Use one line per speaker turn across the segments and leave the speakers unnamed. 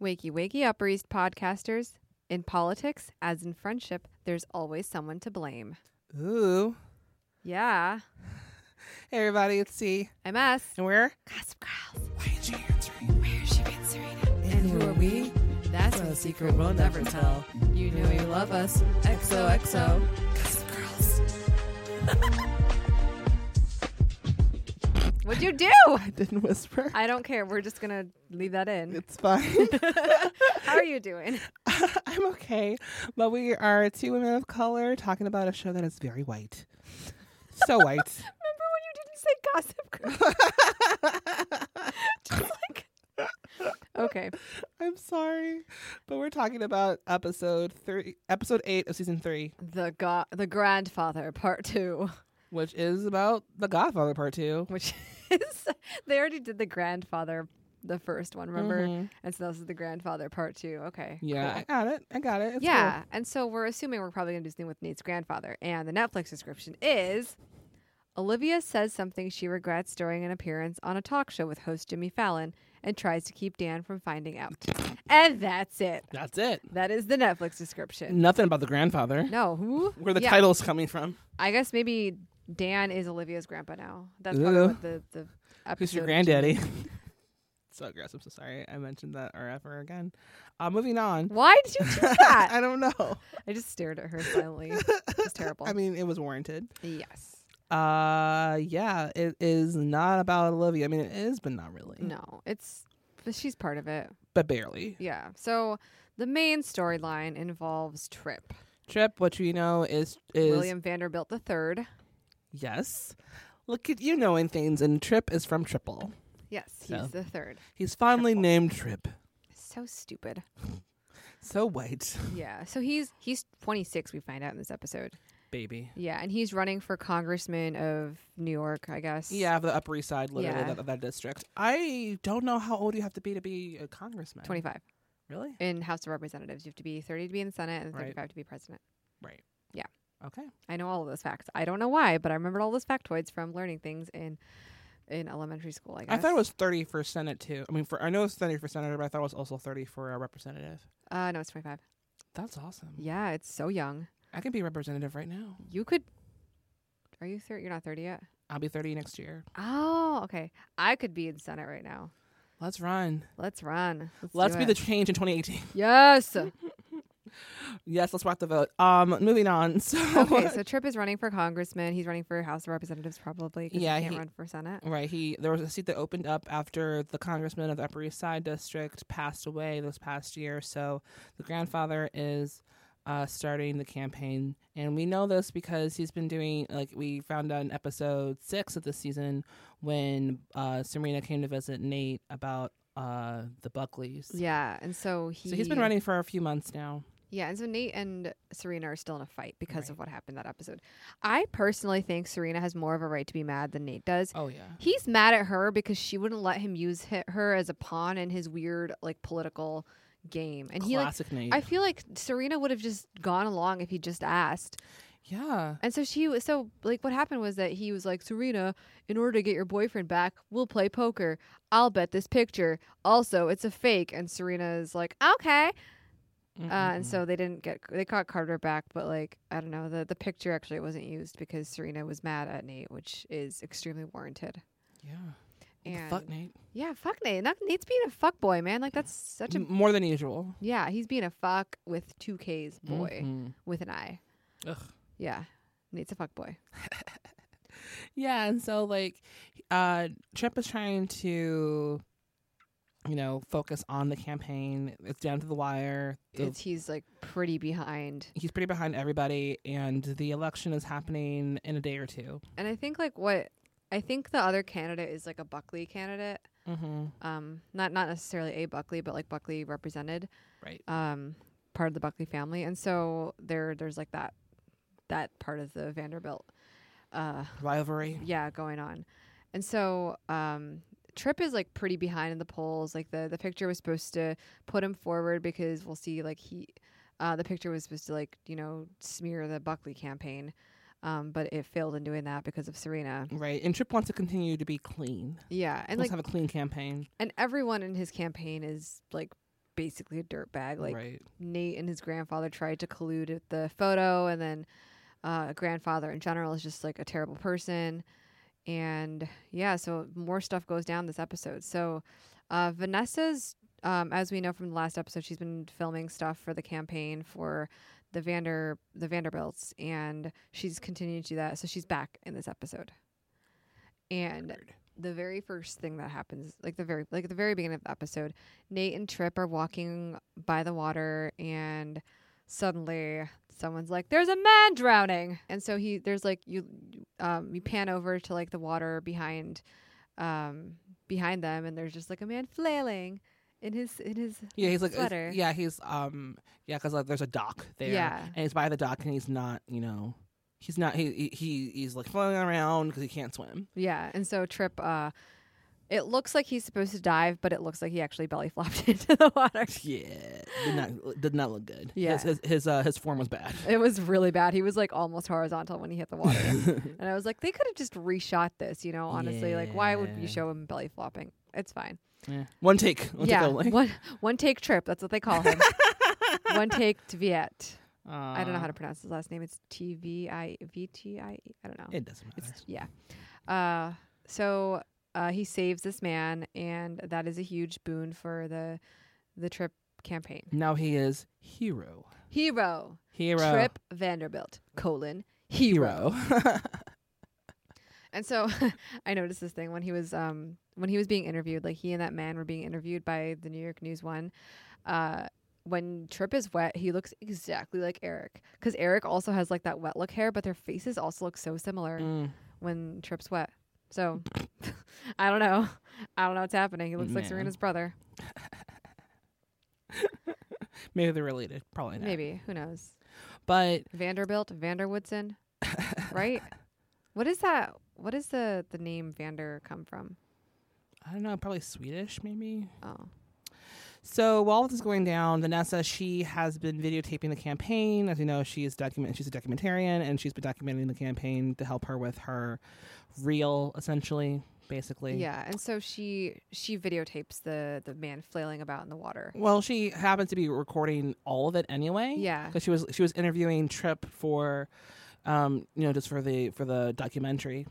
Wakey, wakey, Upper East podcasters. In politics, as in friendship, there's always someone to blame.
Ooh.
Yeah,
Hey, everybody, it's C.
MS.
And we're.
Gossip Girls.
Why is she answering?
Where she been, Serena?
And who are we?
That's
a secret we'll never tell.
You know you love us. XOXO.
Gossip Girls.
What'd you do?
I didn't whisper.
I don't care. We're just going to leave that in.
it's fine.
How are you doing?
I'm okay. But we are two women of color talking about a show that is very white. So white.
Remember when you didn't say Gossip Girl? Just like. Okay.
I'm sorry. But we're talking about episode three, episode eight of season three,
The go- the grandfather part 2,
which is about The Godfather Part Two.
which is they already did the grandfather the first one, remember?
Mhm.
And so this is the grandfather part 2. Okay.
Yeah,
cool.
I got it. I got it. It's cool.
yeah. And so we're assuming we're probably going to do something with Nate's grandfather. And the Netflix description is Olivia says something she regrets during an appearance on a talk show with host Jimmy Fallon and tries to keep Dan from finding out. And that's it.
That's it.
That is the Netflix description.
Nothing about the grandfather.
No, who?
Where the
Yeah,
title's coming from.
I guess maybe Dan is Olivia's grandpa now. That's probably
Ooh.
what the, the episode.
Who's your granddaddy? so aggressive. So sorry. I mentioned that or ever again. Uh, moving on.
Why did you do that?
I don't know.
I just stared at her silently. It was terrible.
I mean, it was warranted.
yes.
Uh, yeah, it is not about Olivia. I mean, it is, but not really.
No, it's. But she's part of it.
But barely.
Yeah. So the main storyline involves Trip,
Trip, what you know is is
William Vanderbilt the third.
yes. Look at you knowing things. And Trip is from Triple.
Yes, he's
So.
the third.
He's fondly
Triple.
named Trip.
So stupid.
So white,
Yeah. So he's he's 26. We find out in this episode.
baby.
Yeah, and he's running for congressman of New York, I guess.
Yeah, for the Upper East Side, literally
Yeah.
that, that district. I don't know how old you have to be to be a congressman.
25
Really?
in House of Representatives. You have to be 30 to be in the Senate and
Right.
35 to be president.
Right.
Yeah.
Okay.
I know all of those facts. I don't know why, but I remembered all those factoids from learning things in in elementary school. I guess
I thought it was thirty for senate too. I mean, for I know it's thirty for senator, but I thought it was also thirty for a representative.
Uh, no, it's 25.
Mm. That's awesome.
Yeah, it's so young.
I can be a representative right now.
You could. Are you 30? You're not 30 yet.
I'll be thirty next year.
Oh, okay. I could be in Senate right now.
Let's run.
Let's run. Let's,
Let's
do
be
it.
the change in 2018.
yes.
yes, let's rock the vote. Um, moving on. So,
Okay, so Tripp is running for congressman. He's running for House of Representatives, probably. 'cause
Yeah,
he can't
he-
run for Senate.
right, he there was a seat that opened up after the congressman of the Upper East Side district passed away this past year. So the grandfather is uh, starting the campaign, and we know this because he's been doing like we found out in episode six of the season when uh, Serena came to visit Nate about uh, the Buckleys.
Yeah, and so he.
So he's been running for a few months now.
Yeah, and so Nate and Serena are still in a fight because
Right.
of what happened that episode. I personally think Serena has more of a right to be mad than Nate does.
Oh yeah.
He's mad at her because she wouldn't let him use hi- her as a pawn in his weird like political game, and he like
Classic Nate.
I feel like Serena would have just gone along if he just asked.
yeah.
And so she was so like what happened was that he was like, "Serena, in order to get your boyfriend back, we'll play poker. I'll bet this picture. Also, it's a fake." And Serena is like, "Okay." Uh, and
Mm-mm-mm.
so they didn't get they caught Carter back, but like I don't know, the the picture actually wasn't used because Serena was mad at Nate, which is extremely warranted.
yeah. Well, the
And
fuck Nate.
yeah, fuck Nate. Not- Nate's being a fuck boy, man. Like that's such a
M- more than usual.
yeah, he's being a fuck with two K's boy
Mhm.
with an I.
Ugh.
Yeah. Nate's a fuck boy.
Yeah, and so like uh Trump is trying to you know, focus on the campaign. It's down to the wire. The-
It's he's like pretty behind.
he's pretty behind everybody and the election is happening in a day or 2
And I think like what I think the other candidate is like a Buckley candidate.
Mm-hmm.
Um not not necessarily a Buckley, but like Buckley represented.
Right.
Um part of the Buckley family. And so there there's like that that part of the Vanderbilt uh
Rivalry.
yeah, going on. And so um Tripp is like pretty behind in the polls. Like the the picture was supposed to put him forward because we'll see like he uh the picture was supposed to like, you know, smear the Buckley campaign. Um, but it failed in doing that because of Serena.
Right. And Trip wants to continue to be clean.
Yeah. And
Let's
like
have a clean campaign.
and everyone in his campaign is like basically a dirtbag. Like
right.
Nate and his grandfather tried to collude at the photo, and then uh, grandfather in general is just like a terrible person. And yeah, so more stuff goes down this episode. So uh, Vanessa's, um, as we know from the last episode, she's been filming stuff for the campaign for the Vander the Vanderbilts, and she's continued to do that. So she's back in this episode. And
Weird.
the very first thing that happens, like the very like at the very beginning of the episode, Nate and Trip are walking by the water and suddenly someone's like there's a man drowning and so he there's like you um you pan over to like the water behind um behind them and there's just like a man flailing in his in his
Yeah, he's like, it's-
sweater.
yeah, he's um, yeah, because like there's a dock there,
Yeah.
and he's by the dock, and he's not, you know, he's not, he he- he he's like floating around because he can't swim.
Yeah, and so Trip, uh, it looks like he's supposed to dive, but it looks like he actually belly flopped into the water.
Yeah, did not did not look good.
Yeah.
his his his, uh, his form was bad.
It was really bad. He was like almost horizontal when he hit the water, and I was like, they could have just reshot this, you know? Honestly, like why would
Yeah.
you show him belly flopping? It's fine.
Yeah. One take. One
yeah,
take only.
one one take Trip. That's what they call him. one take Tviet. I
Uh.
don't know how to pronounce his last name. It's T V I V T I E. I don't know.
It doesn't matter.
It's, yeah. Uh, so uh, he saves this man, and that is a huge boon for the the trip campaign.
now he is hero.
Hero,
Hero.
Trip Vanderbilt colon hero.
Hero.
And so I noticed this thing when he was um when he was being interviewed, like he and that man were being interviewed by the New York News One. Uh, when Trip is wet, he looks exactly like Eric because Eric also has like that wet look hair, but their faces also look so similar.
Mm.
when Trip's wet. So I don't know. I don't know what's happening. He looks like
Man.
Serena's brother.
Maybe they're related. Probably not.
Maybe. Who knows?
But
Vanderbilt, Vanderwoodson, right? what is that? What is the the name Vander come from?
I don't know. Probably Swedish. Maybe.
Oh.
So while this is going down, Vanessa she has been videotaping the campaign. As you know, she is document. She's a documentarian, and she's been documenting the campaign to help her with her reel, essentially, basically.
Yeah, and so she she videotapes the the man flailing about in the water.
Well, she happened to be recording all of it anyway.
Yeah.
because she was she was interviewing Trip for, um, you know, just for the for the documentary.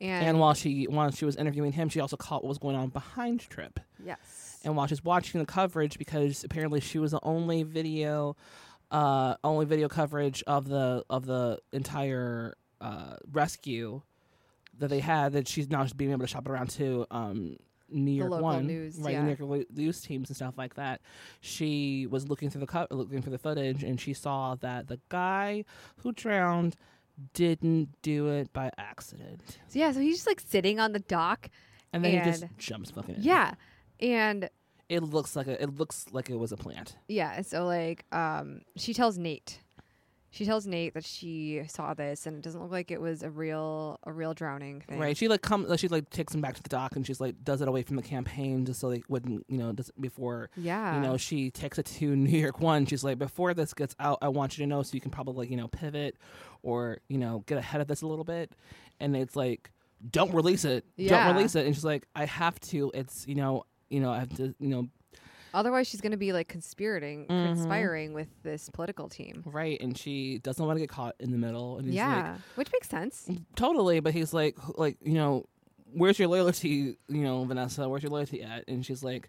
And,
And, while she while she was interviewing him, she also caught what was going on behind Trip.
yes.
And while she's watching the coverage, because apparently she was the only video, uh, only video coverage of the of the entire uh, rescue that they had, that she's now being able to shop it around to um, New York
local
One,
news,
right?
yeah.
New York lo- news teams and stuff like that. She was looking through the co- looking for the footage, and she saw that the guy who drowned didn't do it by accident,
so yeah, so he's just like sitting on the dock.
and then he just
And-
jumps fucking in.
Yeah. And
it looks like a, it looks like it was a plant.
Yeah, and so like um she tells Nate. She tells Nate that she saw this and it doesn't look like it was a real a real drowning thing.
Right. She like comes. Like, she like takes him back to the dock, and she's like does it away from the campaign, just so they wouldn't, you know, just before.
Yeah.
You know, she takes it to New York One. She's like, before this gets out, I want you to know so you can probably, like, you know, pivot or, you know, get ahead of this a little bit. And it's like, don't release it.
Yeah.
Don't release it. And she's like, I have to. It's, you know, you know, I have to, you know,
Otherwise she's gonna be like conspirating
Mhm.
conspiring with this political team.
right. And she doesn't want to get caught in the middle. And he's like,
yeah. Which makes sense.
totally but he's like wh- like you know where's your loyalty you know vanessa where's your loyalty at and she's like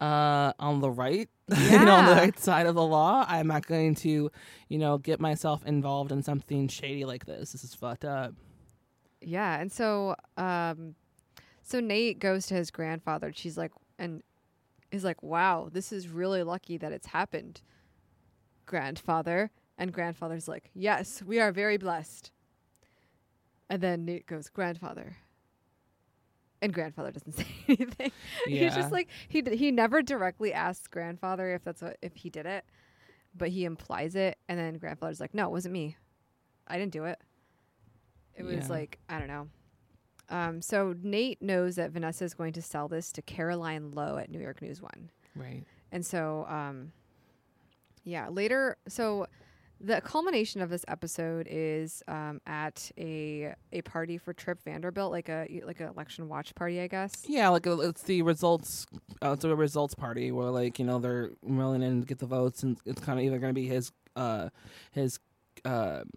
uh on the right you know on the
Yeah.
right side of the law i'm not going to you know get myself involved in something shady like this this is fucked up
Yeah. And so um so Nate goes to his grandfather and she's like and is like, Wow, this is really lucky that it's happened, grandfather. And grandfather's like, Yes, we are very blessed. And then Nate goes, Grandfather. And grandfather doesn't say anything. He's
Yeah.
just like he d- he never directly asks grandfather if that's what if he did it, but he implies it, and then grandfather's like, "No, it wasn't me. I didn't do it. It was
Yeah.
like I don't know." Um, so Nate knows that Vanessa is going to sell this to Caroline Lowe at New York News One,
right
and so um, yeah, later. So The culmination of this episode is um, at a a party for Trip Vanderbilt, like a like an election watch party, I guess.
Yeah, like uh, it's the results. Uh, it's a results party where, like, you know, they're milling in to get the votes, and it's kind of either going to be his, uh, his, um,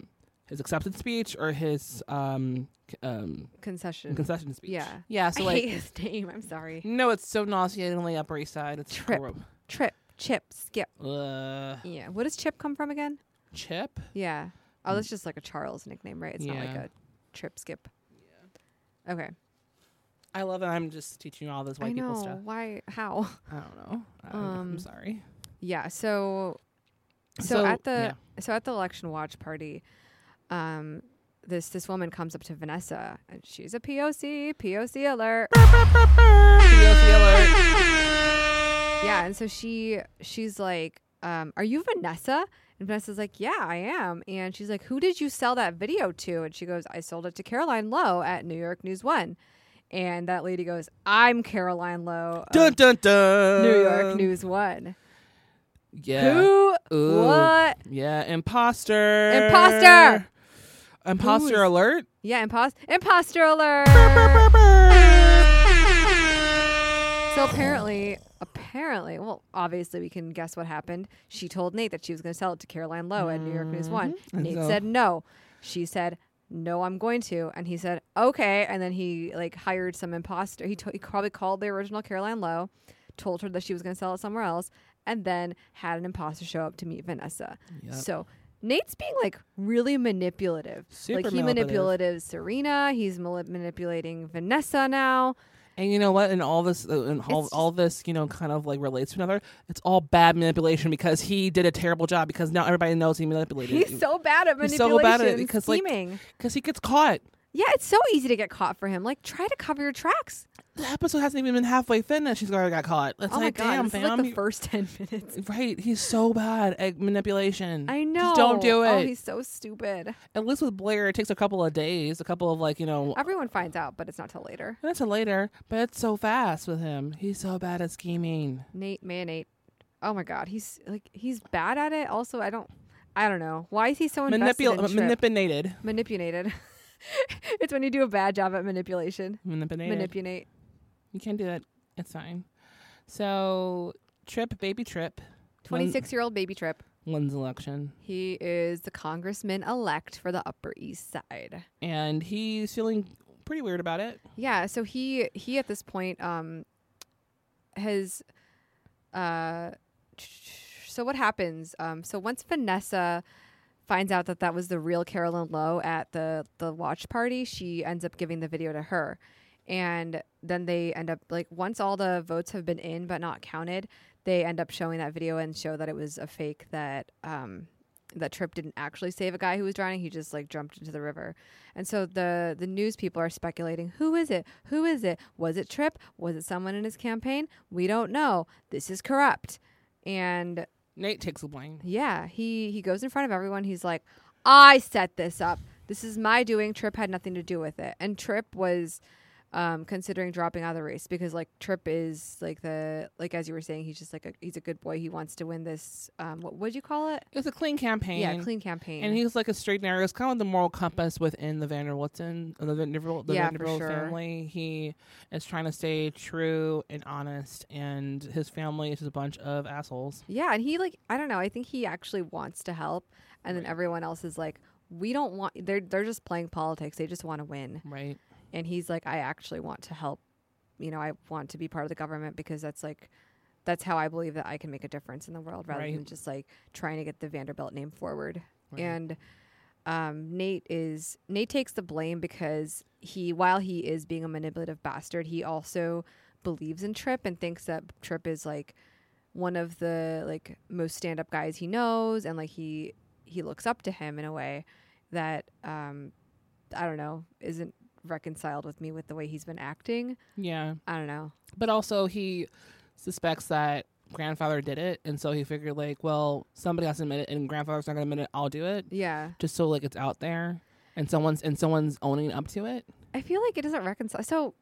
his acceptance speech or his um, c- um,
Concession.
concession speech.
Yeah.
yeah. So
I
like,
hate his name. I'm sorry.
no, it's so nauseatingly Upper East Side. It's
Trip.
horrible.
Trip, Chip, Skip.
Uh,
Yeah. What does Chip come from again?
Chip.
Yeah. Oh, that's just like a Charles nickname, right? It's not like
Mm. Yeah.
a Trip, Skip. Yeah. Okay.
I love that I'm just teaching you all this white
I know.
people stuff.
Why? How?
I don't know. I don't know.
Um,
I'm sorry.
Yeah. So, so, at the
yeah.
so at the election watch party, um, this this woman comes up to Vanessa and she's a POC, POC alert.
POC alert.
Yeah, and so she she's like, um, "Are you Vanessa?" And Vanessa's like, "Yeah, I am." And she's like, "Who did you sell that video to?" And she goes, "I sold it to Caroline Lowe at New York News One." And that lady goes, "I'm Caroline Lowe, of
Dun dun dun.
New York News One."
Yeah.
Who?
Ooh.
What?
Yeah. Imposter.
Imposter.
Imposter
Who is-
alert.
Yeah, impost imposter alert. So apparently, apparently, well, obviously, we can guess what happened. She told Nate that she was going to sell it to Caroline Lowe at New York News One.
Mm-hmm. And
Nate
so-
said no. She said no, I'm going to, and he said okay. And then he like hired some imposter. He, to- he probably called the original Caroline Lowe, told her that she was going to sell it somewhere else, and then had an imposter show up to meet Vanessa.
Yep.
So. Nate's being like really manipulative.
Super
like he
manipulative.
manipulated Serena. He's mali- manipulating Vanessa now.
And you know what? And all this, uh, and all,
It's
all this, you know, kind of like relates to another. It's all bad manipulation because he did a terrible job. Because now everybody knows he manipulated.
He's so bad at
He's
manipulation.
so bad at it
because
because, like, because he gets caught.
yeah, it's so easy to get caught for him. Like, try to cover your tracks.
The episode hasn't even been halfway finished. He's already got caught. It's
oh
like,
my god,
damn,
this
fam.
is like the
you-
first ten minutes.
Right, he's so bad at manipulation.
I know.
Just don't do it.
Oh, he's so stupid.
at least with Blair, it takes a couple of days, a couple of like you know,
Everyone finds out, but it's not till later.
and that's a later. But it's so fast with him. He's so bad at scheming.
Nate, man, Nate. Oh my god, he's like he's bad at it. Also, I don't, I don't know why is he so invested
Manipul- uh,
in Trip?
manipulated.
manipulated. it's when you do a bad job at manipulation.
Manipulated.
Manipulate.
you can't do that. It's fine. So Trip, baby Trip,
Twenty six year old baby Trip.
wins election,
He is the congressman elect for the Upper East Side.
and he's feeling pretty weird about it.
Yeah, so he he at this point um has uh so what happens? Um so once Vanessa finds out that that was the real Carolyn Lowe at the the watch party, she ends up giving the video to her. And then they end up like once all the votes have been in but not counted, they end up showing that video and show that it was a fake that um that Trip didn't actually save a guy who was drowning. He just like jumped into the river. And so the the news people are speculating, who is it? Who is it? Was it Trip? Was it someone in his campaign? We don't know. This is corrupt. And
Nate takes the blame.
yeah, he he goes in front of everyone. He's like, "I set this up. This is my doing. Trip had nothing to do with it." And Trip was um, considering dropping out of the race because like Trip is like the like as you were saying, he's just like a, he's a good boy. He wants to win this. Um, what would you call it?
It's a clean campaign.
Yeah, clean campaign.
And he's like a straight and narrow. It's kind of the moral compass within the Vanderbilton, the Vanderbilt, the
Yeah, for
Vanderbilt
sure.
family. He is trying to stay true and honest, and his family is just a bunch of assholes.
Yeah, and he like I don't know. I think he actually wants to help, and then
Right.
everyone else is like, "We don't want." They're they're just playing politics. They just want to win.
Right.
And he's like, "I actually want to help. You know, I want to be part of the government because that's like, that's how I believe that I can make a difference in the world, rather
Right.
than just like trying to get the Vanderbilt name forward."
Right.
And um, Nate is Nate takes the blame because he, while he is being a manipulative bastard, he also believes in Trip and thinks that Trip is like one of the like most stand up guys he knows, and like he he looks up to him in a way that um, I don't know isn't reconciled with me with the way he's been acting.
Yeah.
I don't know.
But also, he suspects that grandfather did it, and so he figured like, well, somebody has to admit it, and grandfather's not going to admit it. I'll do it,
Yeah,
just so like it's out there, and someone's and someone's owning up to it.
I feel like it doesn't reconcile. So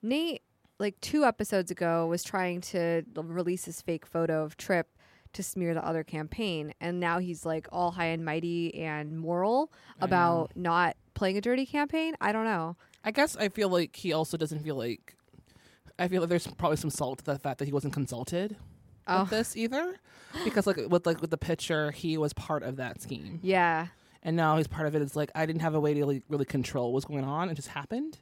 Nate, like two episodes ago, was trying to l- release this fake photo of Trip to smear the other campaign. And now he's like all high and mighty and moral about not playing a dirty campaign. I don't know.
I guess I feel like he also doesn't feel like. I feel like there's probably some salt to the fact that he wasn't consulted
Oh.
with this either, because like with like with the picture, he was part of that scheme,
Yeah.
and now he's part of it. It's like I didn't have a way to like, really control what's going on; it just happened.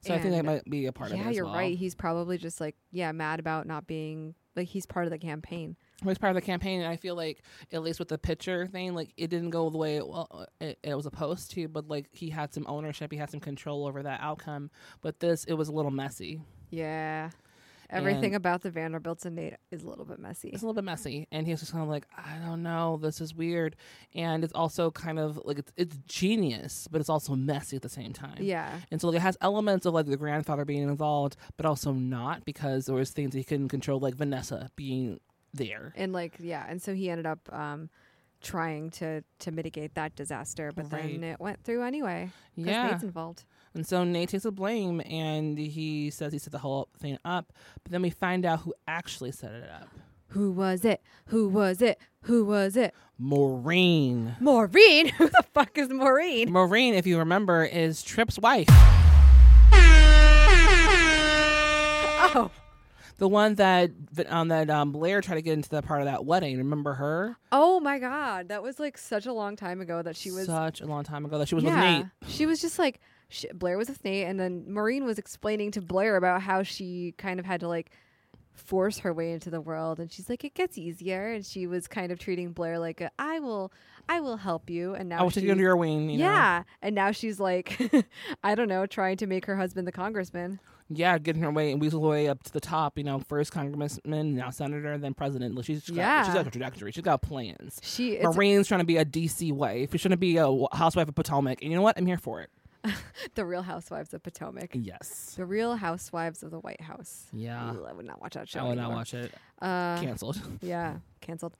So I think that
And-
might be a part of it.
yeah,
as
you're
well.
right. He's probably just like, yeah, mad about not being like he's part of the campaign.
It was part of the campaign, and I feel like at least with the picture thing, like it didn't go the way it, well, it, it was supposed to. But like he had some ownership, he had some control over that outcome. But this, it was a little messy.
Yeah. Everything
And-
about the Vanderbilts and Nate is a little bit messy.
It's a little bit messy, and he was just kind of like, I don't know, this is weird, and it's also kind of like it's, it's genius, but it's also messy at the same time.
Yeah.
And so like, it has elements of like the grandfather being involved, but also not because there was things he couldn't control, like Vanessa being there.
And like, yeah, and so he ended up um trying to to mitigate that disaster, but
Right.
then it went through anyway. 'cause
Yeah.
Nate's involved.
And so Nate takes the blame and he says he set the whole thing up. But then we find out who actually set it up
Who was it? Who was it? Who was it?
Maureen.
Maureen? Who the fuck is Maureen?
Maureen, if you remember, is Tripp's wife,
Oh.
the one that that, um, that um, Blair tried to get into the part of that wedding. Remember her?
Oh my god. That was like such a long time ago that she was
such a long time ago that she was
yeah.
with Nate.
She was just like sh Blair was with Nate, and then Maureen was explaining to Blair about how she kind of had to like force her way into the world, and she's like, it gets easier, and she was kind of treating Blair like a, I will, I will help you, and now
I will
she's,
take you under your wing. You Know?
yeah, and now she's like, I don't know, trying to make her husband the congressman.
Yeah, getting her way and weasel her way up to the top. You know, first congressman, now senator, then president. Like, She's, she's, got,
Yeah.
she's got a trajectory. She's got plans.
She it's,
Marine's trying to be a DC wife. She's trying to be a w- housewife of Potomac. And you know what? I'm here for it.
the Real Housewives of Potomac,
Yes.
the Real Housewives of the White House.
Yeah.
Ooh, I would not watch that show.
I will not
anymore.
watch it.
Uh,
Canceled.
yeah, canceled.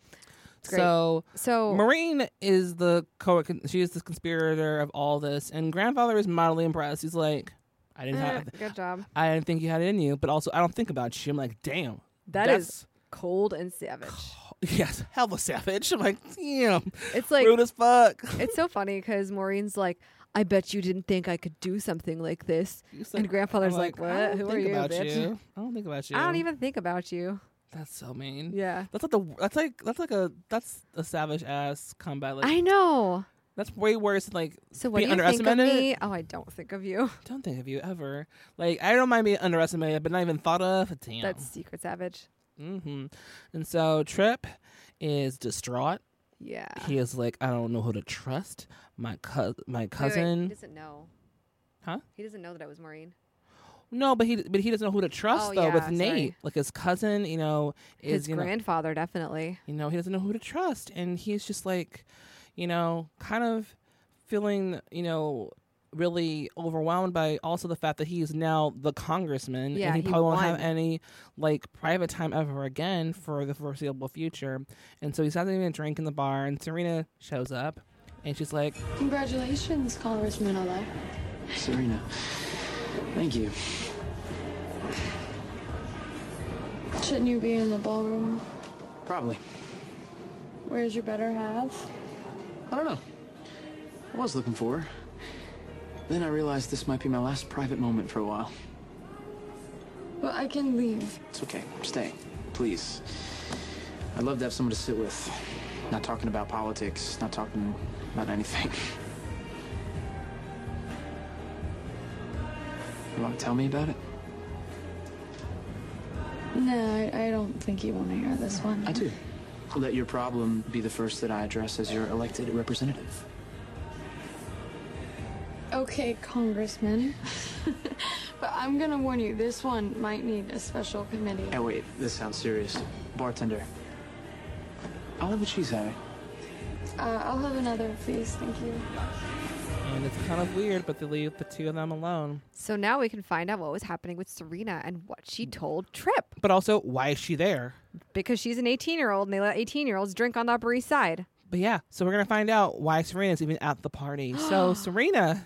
It's great. Oh.
So
so
Marine is the co. She is the conspirator of all this, and grandfather is mildly impressed. He's like, I didn't
eh,
have.
good job.
I didn't think you had it in you, but also I don't think about you. I'm like, damn.
That
that's,
is cold and savage.
yes, hell of a savage. I'm like, damn,
It's like
rude as fuck.
it's so funny because Maureen's like, "I bet you didn't think I could do something like this."
He's
and grandfather's
I'm
like,
I
"What?
don't
Who are
think
you,
about
bitch?
you. I don't think about you.
I don't even think about you.
That's so mean.
Yeah,
That's like the that's like that's like a that's a savage ass combat. Like
I know.
that's way worse. Than, like
So what
being
do you think of
underestimated?
me? Oh, I don't think of you.
don't think of you ever. Like I don't mind being underestimated, but not even thought of. Damn.
That's secret savage.
hmm And so Trip is distraught.
Yeah.
He is like, I don't know who to trust. My cous my
Wait, wait,
cousin.
he doesn't know.
Huh?
He doesn't know that it was Maureen.
No, but he but he doesn't know who to trust
Oh,
though.
yeah,
with
sorry.
Nate, like his cousin, you know, is
His
you know,
grandfather definitely.
you know he doesn't know who to trust and he's just like you know kind of feeling you know really overwhelmed by also the fact that he is now the congressman
Yeah,
and he,
he
probably won't
won.
have any like private time ever again for the foreseeable future and so he's having a drink in the bar and serena shows up and she's like
Congratulations, Congressman elect.
Serena, thank you.
Shouldn't you be in the ballroom?
Probably.
Where's your better half?
I don't know. I was looking for her. Then I realized this might be my last private moment for a while.
Well, I can leave.
It's okay. Stay. Please. I'd love to have someone to sit with. Not talking about politics, not talking about anything. You want to tell me about it?
No, I, I don't think you want to hear this one.
I do. Let your problem be the first that I address as your elected representative.
Okay, Congressman. but I'm gonna warn you, this one might need a special committee.
Oh wait, this sounds serious. Bartender. I'll have a cheese having.
Uh, I'll have another, please. Thank you.
and it's kind of weird but they leave the two of them alone
So now we can find out what was happening with Serena and what she told Trip
but also why is she there
because she's an 18 year old and they let 18 year olds drink on the Upper East Side.
But yeah, so we're gonna find out why Serena's even at the party. so Serena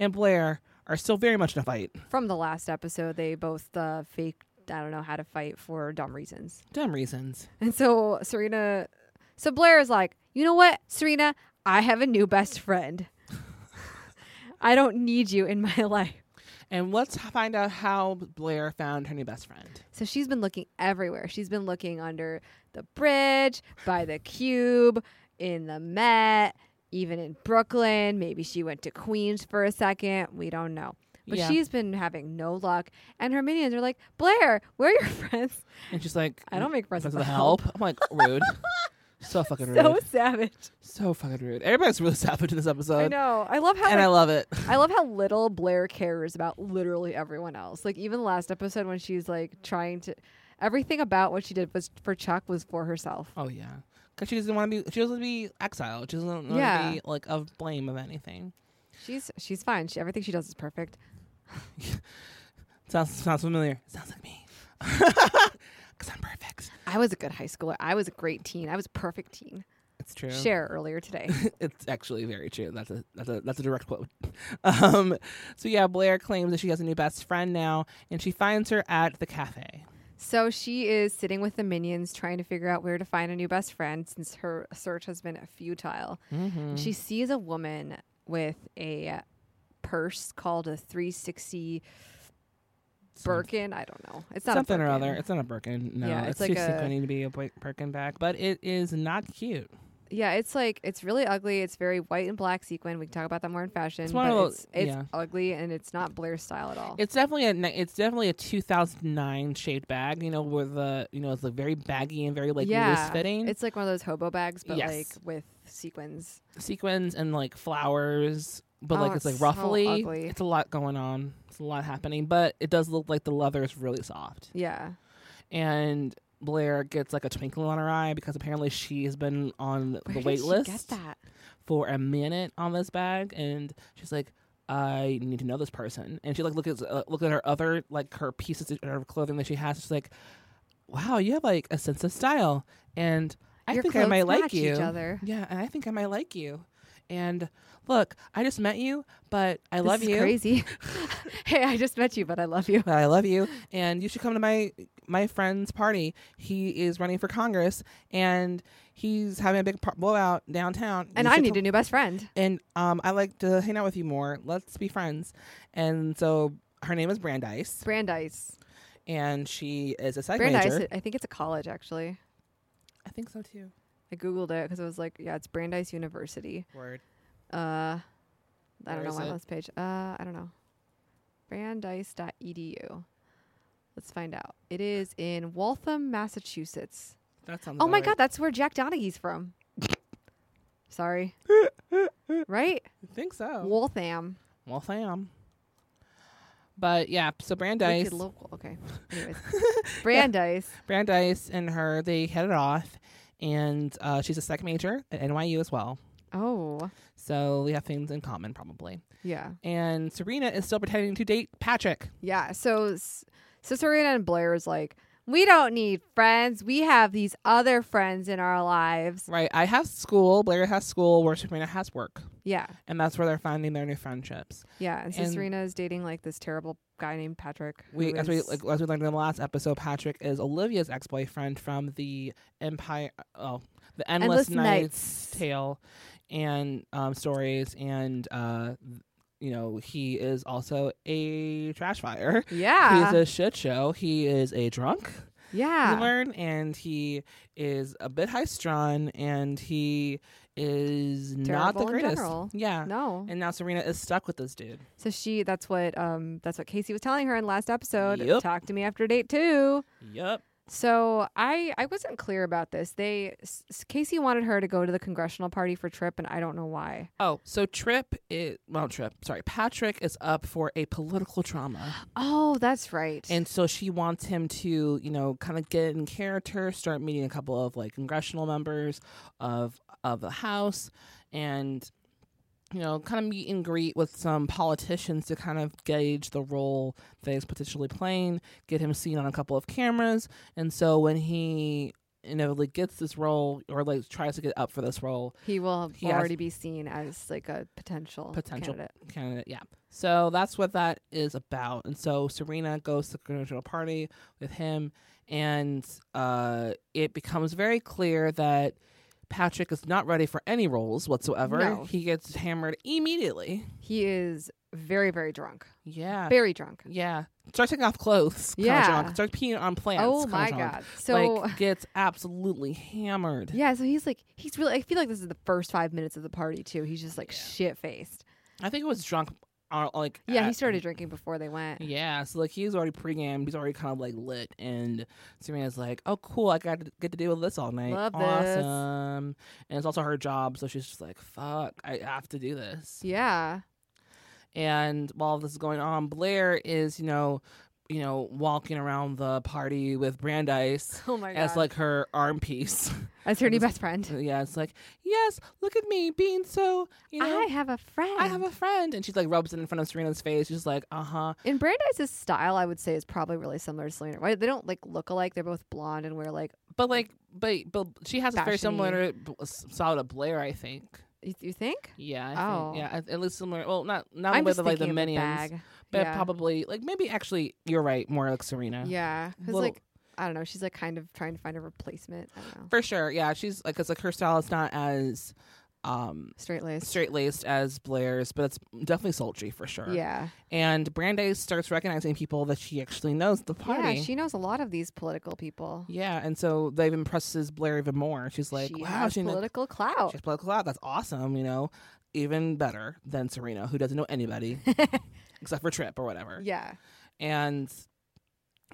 and Blair are still very much in a fight.
from the last episode they both uh, fake I don't know how to fight for dumb reasons.
Dumb reasons.
And so Serena, so Blair is like, you know what, Serena, I have a new best friend. I don't need you in my life.
And let's find out how Blair found her new best friend.
So she's been looking everywhere. She's been looking under the bridge, by the cube, in the Met, even in Brooklyn. Maybe she went to Queens for a second. We don't know. But
Yeah.
she's been having no luck. And her minions are like, Blair, where are your friends?
And she's like, "Mm,
I don't make friends
friends
with
with
the
help. I'm like, rude. so fucking rude.
So
So,
savage.
fucking rude. Everybody's really savage in this episode.
I know. I love how
And I
like,
love it.
I love how little Blair cares about literally everyone else. Like even last episode when she's like trying to everything about what she did was for Chuck was for herself.
Oh yeah, because she doesn't want to be. She doesn't want to be exiled. She doesn't want to
Yeah.
be like of blame of anything.
She's she's fine. She, everything she does is perfect.
Sounds sounds familiar. Sounds like me. Because I'm perfect.
I was a good high schooler. I was a great teen. I was a perfect teen.
It's true.
Share earlier today.
It's actually very true. That's a that's a that's a direct quote. Um, so yeah, Blair claims that she has a new best friend now, and she finds her at the cafe.
so she is sitting with the minions trying to figure out where to find a new best friend since her search has been futile.
Mm-hmm.
She sees a woman with a purse called a 360 Birkin. I don't know. It's not a
Something or
Birkin.
other. It's not a Birkin. No,
Yeah, it's
it's,
like
too
a-
sequiny to be a Bir- Birkin bag, but it is not cute.
Yeah, it's like it's really ugly. It's very white and black sequin. We can talk about that more in fashion.
It's one
but
of those-
it's, it's
yeah.
ugly and it's not Blair's style at all.
It's definitely a ni- it's definitely a 2009 shaped bag. You know where the you know it's like very baggy and very like loose fitting
It's like one of those hobo bags, but
Yes.
like with sequins.
sequins and like flowers, but
Oh,
like it's like
it's so
ruffly.
ugly.
It's a lot going on. It's a lot happening, but it does look like the leather is really soft.
Yeah,
And Blair gets like a twinkle on her eye because apparently she has been on
Where
the
did
wait
she
list
Get that?
for a minute on this bag, and she's like. I need to know this person, and she like look at uh, look at her other like her pieces of her clothing that she has. She's like, "Wow, you have like a sense of style, and I
Your
think I might
clothes
like
match
you."
Each other.
Yeah, and I think I might like you. And look, I just met you, but I love
this
you.
Is crazy. hey, I just met you, but I love you.
But I love you, and you should come to my my friend's party. He is running for Congress, and he's having a big par- blowout downtown.
And
You
I
should
need
come-
a new best friend.
And um, I like to hang out with you more. Let's be friends. And so her name is Brandeis,
Brandeis.
and she is a psych
Brandeis.
major.
I think it's a college actually.
I think so too.
I googled it because I was like, yeah, it's Brandeis University.
Word.
Uh, I
Where
don't know
is
why I'm
it?
on this page. Uh, I don't know. Brandeis.edu. Let's find out. It is in Waltham, Massachusetts.
That sounds.
Oh my
about
God, that's where Jack Donaghy's from. Sorry. right?
right. I think so.
Waltham.
Well, fam. But yeah, so Brandeis,
Wicked local. Okay. Anyways. Brandeis.
Brandeis and her, they hit it off, and uh, she's a psych major at NYU as well.
Oh,
So we have things in common probably.
yeah.
And Serena is still pretending to date Patrick.
Yeah. So, S- so Serena and Blair is like, we don't need friends. We have these other friends in our lives.
Right. I have school. Blair has school. Where Serena has work,
Yeah.
and that's where they're finding their new friendships.
Yeah, and so
And-
Serena is dating like this terrible guy named Patrick. who
We as we
is-
like, as we learned in the last episode, Patrick is Olivia's ex boyfriend from the Empire. Oh, the Endless,
Endless
Night's
Nights.
Tale and um, stories, and uh, you know he is also a trash fire.
yeah,
He's a shit show. He is a drunk. You
yeah,
learn, and he is a bit high strung, and he is not
Terrible
the
in
greatest.
general.
Yeah.
no.
And now Serena is stuck with this dude.
So she that's what um that's what Casey was telling her in last episode.
Yep.
Talk to me after date two.
Yep.
So I I wasn't clear about this. They S- S- Casey wanted her to go to the congressional party for Trip, and I don't know why.
Oh, so Trip is well, Trip. Sorry, Patrick is up for a political trauma,
Oh, that's right.
and so she wants him to, you know, kind of get in character, start meeting a couple of like congressional members of of the House, and you know, kind of meet and greet with some politicians to kind of gauge the role that he's potentially playing, get him seen on a couple of cameras, and so when he inevitably gets this role or like tries to get up for this role,
he will
He has-
already be seen as like a potential
Potential.
candidate.
candidate. Yeah. So that's what that is about. And so Serena goes to the congressional party with him, and uh, it becomes very clear that Patrick is not ready for any roles whatsoever.
No.
He gets hammered immediately.
He is very, very drunk.
Yeah.
Very drunk.
yeah. Start taking off clothes. kinda
Yeah.
drunk. Start peeing on plants.
oh
kinda
my
drunk.
god. So
like gets absolutely hammered.
yeah, so he's like he's really I feel like this is the first five minutes of the party too. He's just like shit faced.
I think it was drunk. uh, Like
Yeah, he
at-
started drinking before they went.
Yeah, so like he's already pre-gamed, he's already kind of like lit, and Serena's like, "Oh, cool, I got to get to deal with this all night.
Love this.
awesome!" And it's also her job, so she's just like, "Fuck, I have to do this."
Yeah.
And while this is going on, Blair is, you know, you know, walking around the party with Brandeis
Oh my god.
as like her arm piece.
That's her new best friend.
yeah, it's like, yes, look at me being so, you know.
I have a friend.
I have a friend, and she's like rubs it in front of Serena's face. She's like, "Uh huh."
In Brandeis's style, I would say is probably really similar to Selena. Right? They don't like look alike. They're both blonde and wear like
But like, but but she has a very
Fashion-y.
similar b- style to Blair, I think.
you, you think?
Yeah, I
Oh.
think, yeah, at- at least similar. Well, not not
I'm just
with the, like the
thinking of
minions,
bag.
but
yeah.
probably like maybe actually you're right, more like Serena.
Yeah, because
Little-
like I don't know, she's like kind of trying to find a replacement. I don't know,
for sure. Yeah, she's like because like her style is not as um
straight laced.
straight laced as Blair's, but it's definitely sultry for sure.
Yeah,
and Brandeis starts recognizing people that she actually knows at the party.
yeah, she knows a lot of these political people.
Yeah, and so that even impresses Blair even more. She's like,
she
"Wow,
has
she knows."
political clout.
She's political out. That's awesome. You know, even better than Serena, who doesn't know anybody except for Trip or whatever.
yeah,
And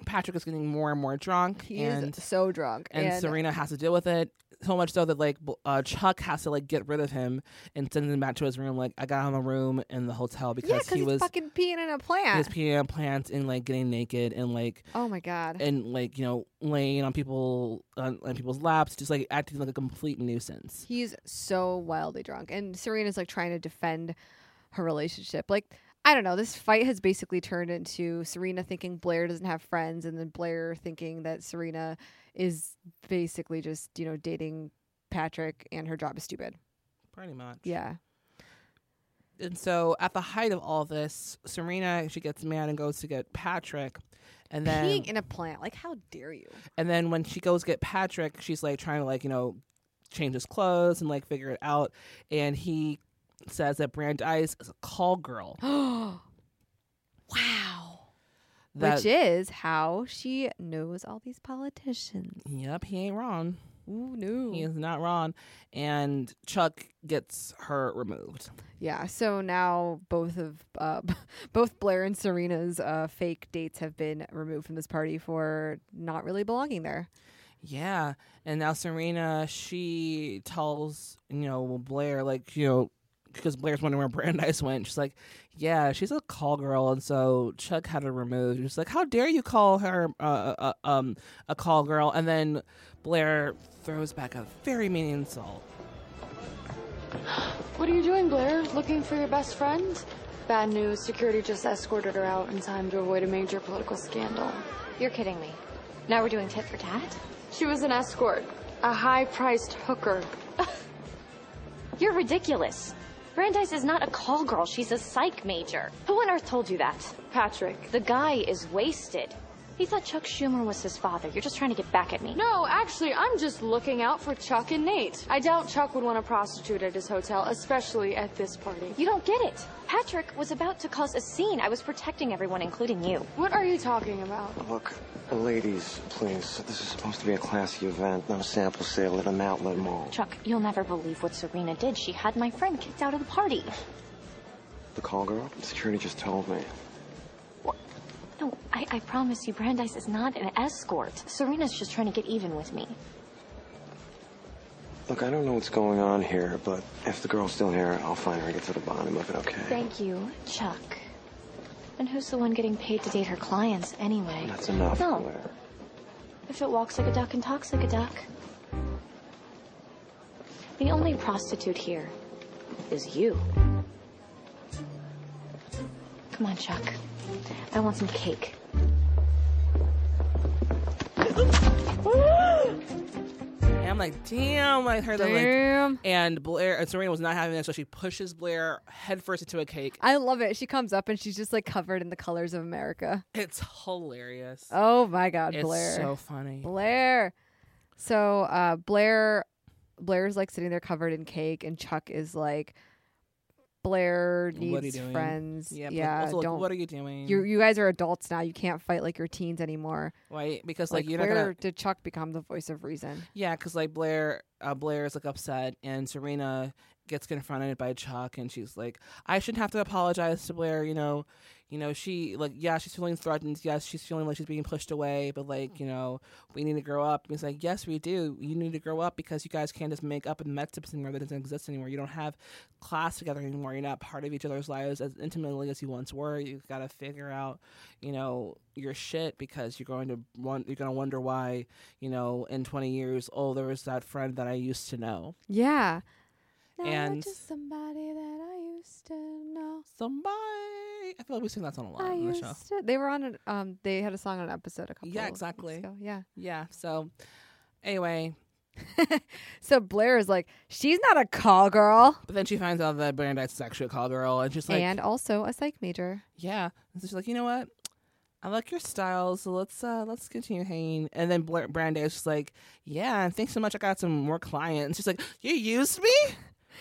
Patrick is getting more and more drunk,
he
and
is so drunk.
and, Serena has to deal with it so much so that like bl- uh, Chuck has to like get rid of him and send him back to his room. Like I got him a room in the hotel
yeah,
because
because
he
he's
was
fucking peeing in a
he was
plant.
peeing on plants and like getting naked and like
oh my god.
and like you know laying on people on, on people's laps, just like acting like a complete nuisance.
He's so wildly drunk. And Serena's like trying to defend her relationship. Like, I don't know. This fight has basically turned into Serena thinking Blair doesn't have friends, and then Blair thinking that Serena is basically just, you know, dating Patrick and her job is stupid.
Pretty much.
Yeah.
and so at the height of all this, Serena she gets mad and goes to get Patrick, and then
Peeing in a plant. Like, how dare you?
and then when she goes get Patrick, she's like trying to like you know change his clothes and like figure it out, and he says that Brandeis is a call girl.
wow.
That
Which is how she knows all these politicians.
yep, he ain't wrong.
Ooh, no.
He is not wrong, and Chuck gets her removed.
Yeah, so now both of uh, both Blair and Serena's uh, fake dates have been removed from this party for not really belonging there.
Yeah. And now Serena, she tells, you know, Blair, like, you know, because Blair's wondering where Brandeis went. She's like, yeah, she's a call girl. And so Chuck had her removed. She's like, how dare you call her uh, uh, um, a call girl? And then Blair throws back a very mean insult.
What are you doing, Blair? Looking for your best friend? Bad news. Security just escorted her out in time to avoid a major political scandal.
You're kidding me. Now we're doing tit for tat?
She was an escort, a high priced hooker.
You're ridiculous. Brandeis is not a call girl, she's a psych major. Who on earth told you that?
Patrick.
The guy is wasted. He thought Chuck Schumer was his father. You're just trying to get back at me.
No, actually, I'm just looking out for Chuck and Nate. I doubt Chuck would want a prostitute at his hotel, especially at this party.
You don't get it. Patrick was about to cause a scene. I was protecting everyone, including you.
What are you talking about?
Look, ladies, please. This is supposed to be a classy event, not a sample sale at an outlet mall.
Chuck, you'll never believe what Serena did. She had my friend kicked out of the party.
The call girl? Security just told me.
No, I, I promise you, Brandeis is not an escort. Serena's just trying to get even with me.
Look, I don't know what's going on here, but if the girl's still here, I'll find her and get to the bottom of it, okay?
Thank you, Chuck. And who's the one getting paid to date her clients anyway?
That's enough,
No.
Blair.
If it walks like a duck and talks like a duck. The only prostitute here is you. Come on, Chuck. I want some cake.
And I'm like, damn, I heard that. Like,
Damn.
and Blair, and Serena was not having that, so she pushes Blair headfirst into a cake.
I love it. She comes up and she's just like covered in the colors of America.
It's hilarious.
Oh my God,
it's
Blair.
so funny.
Blair. So uh, Blair, Blair's like sitting there covered in cake, and Chuck is like, Blair
What are
needs
you doing?
friends.
Yeah,
Yeah,
but also, like,
don't.
what are you doing?
you you guys are adults now. You can't fight like your teens anymore.
right? Because
like,
like, you're not
where
gonna
did Chuck become the voice of reason?
Yeah, because like Blair, uh, Blair is like upset, and Serena gets confronted by Chuck, and she's like, "I shouldn't have to apologize to Blair." You know, you know, she like, yeah, she's feeling threatened. Yes, she's feeling like she's being pushed away, but like, you know, we need to grow up. And he's like, "Yes, we do. You need to grow up because you guys can't just make up and met up anymore that doesn't exist anymore. You don't have class together anymore. You're not part of each other's lives as intimately as you once were. You've got to figure out, you know, your shit because you're going to won- you're going to wonder why." you know, in 20 years, oh, there was that friend that I used to know.
Yeah. Not
And-
just somebody that I used to know.
Somebody. I feel like we sing that song a lot
I
on the
used
show.
to. They were on. An, um, they had a song on an episode a couple.
Oh, Yeah,
weeks
exactly.
ago. Yeah.
Yeah. So, anyway,
So Blair is like, she's not a call girl,
but then she finds out that Brandeis is actually a call girl, and she's like,
and also a psych major.
yeah. And so she's like, you know what? I like your style, so let's uh let's continue hanging. And then Bla- Brandeis is like, yeah, thanks so much. I got some more clients. She's like, you used me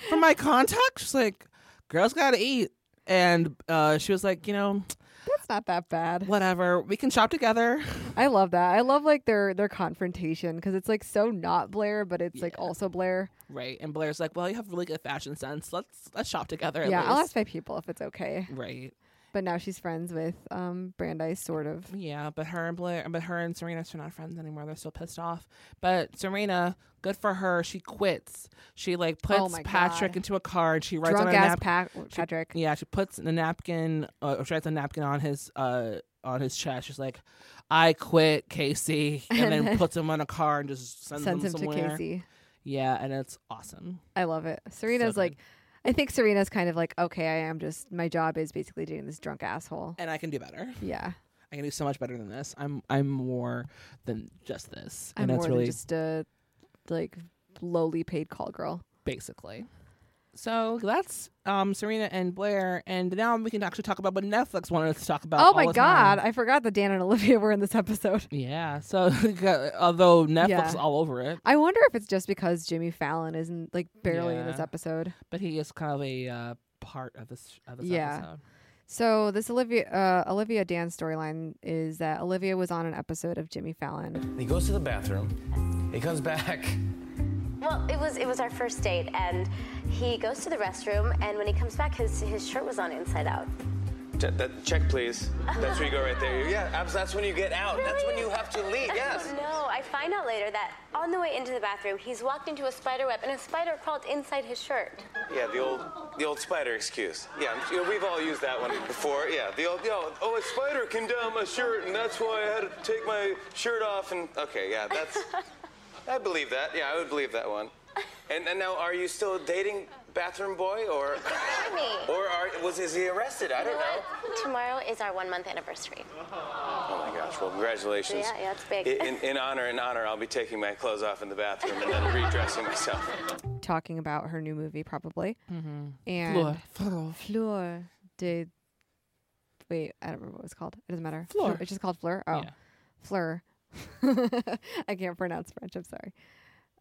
for my contact. She's like, girls gotta eat. And uh, she was like, you know,
That's not that bad.
whatever. We can shop together.
I love that. I love like their their confrontation because it's like so not Blair, but it's like also Blair.
Right. And Blair's like, "Well, you have really good fashion sense. Let's let's shop together." At
yeah,
least.
I'll ask my people if it's okay.
Right.
But now she's friends with um Brandeis, sort of.
Yeah, but her and Blair, but her and Serena are not friends anymore. They're still pissed off. But Serena, good for her. She quits. She like puts
Oh my
Patrick
God.
into a card. She writes
Drunk
on a
ass
napkin.
Pac- Patrick.
yeah, she puts the napkin. Uh, or she writes a napkin on his uh on his chest. She's like, "I quit, Casey," and,
And
then,
then
puts him on a car and just sends,
Sends
him,
him to
somewhere.
Casey.
Yeah, and it's awesome.
I love it. Serena's
good.
like, I think Serena's kind of like, okay, I am just my job is basically dating this drunk asshole.
And I can do better.
Yeah,
I can do so much better than this. I'm I'm more than just this,
I'm
and that's
more
really
than just a like lowly paid call girl.
Uh, basically. So that's um, Serena and Blair, and now we can actually talk about what Netflix wanted us to talk about.
Oh
all
my
the time.
god, I forgot that Dan and Olivia were in this episode.
Yeah. So uh, although Netflix is
Yeah.
all over it,
I wonder if it's just because Jimmy Fallon isn't like barely in this
Yeah.
episode.
but he is kind of a uh, part of this of this
Yeah.
episode.
So this Olivia uh, Olivia Dan storyline is that Olivia was on an episode of Jimmy Fallon.
He goes to the bathroom. He comes back.
Well, it was it was our first date, and he goes to the restroom, and when he comes back, his his shirt was on inside out.
Check, that, uh, check please. That's where you go right there. Yeah, abs- that's when you get out. That's when you have to leave. Yes.
No, I find out later that on the way into the bathroom, he's walked into a spider web, and a spider crawled inside his shirt.
Yeah, the old the old spider excuse. Yeah, I'm- you know, we've all used that one before. Yeah, the old yo, oh, a spider came down my shirt, and that's why I had to take my shirt off. And okay, yeah, that's I believe that. Yeah, I would believe that one. And, and now, are you still dating bathroom boy, or
Me.
or are, was is he arrested? I don't know.
Tomorrow is our one month anniversary.
Oh my gosh! Well, congratulations.
Yeah, yeah, it's big.
I- In, in honor, in honor, I'll be taking my clothes off in the bathroom and then redressing myself.
talking about her new movie probably.
Mm-hmm.
And
Floor,
Fleur.
floor.
de Wait, I don't remember what it's called. It doesn't matter.
Fleur.
It's just called Fleur. Oh.
Yeah.
Fleur. I can't pronounce French. I'm sorry.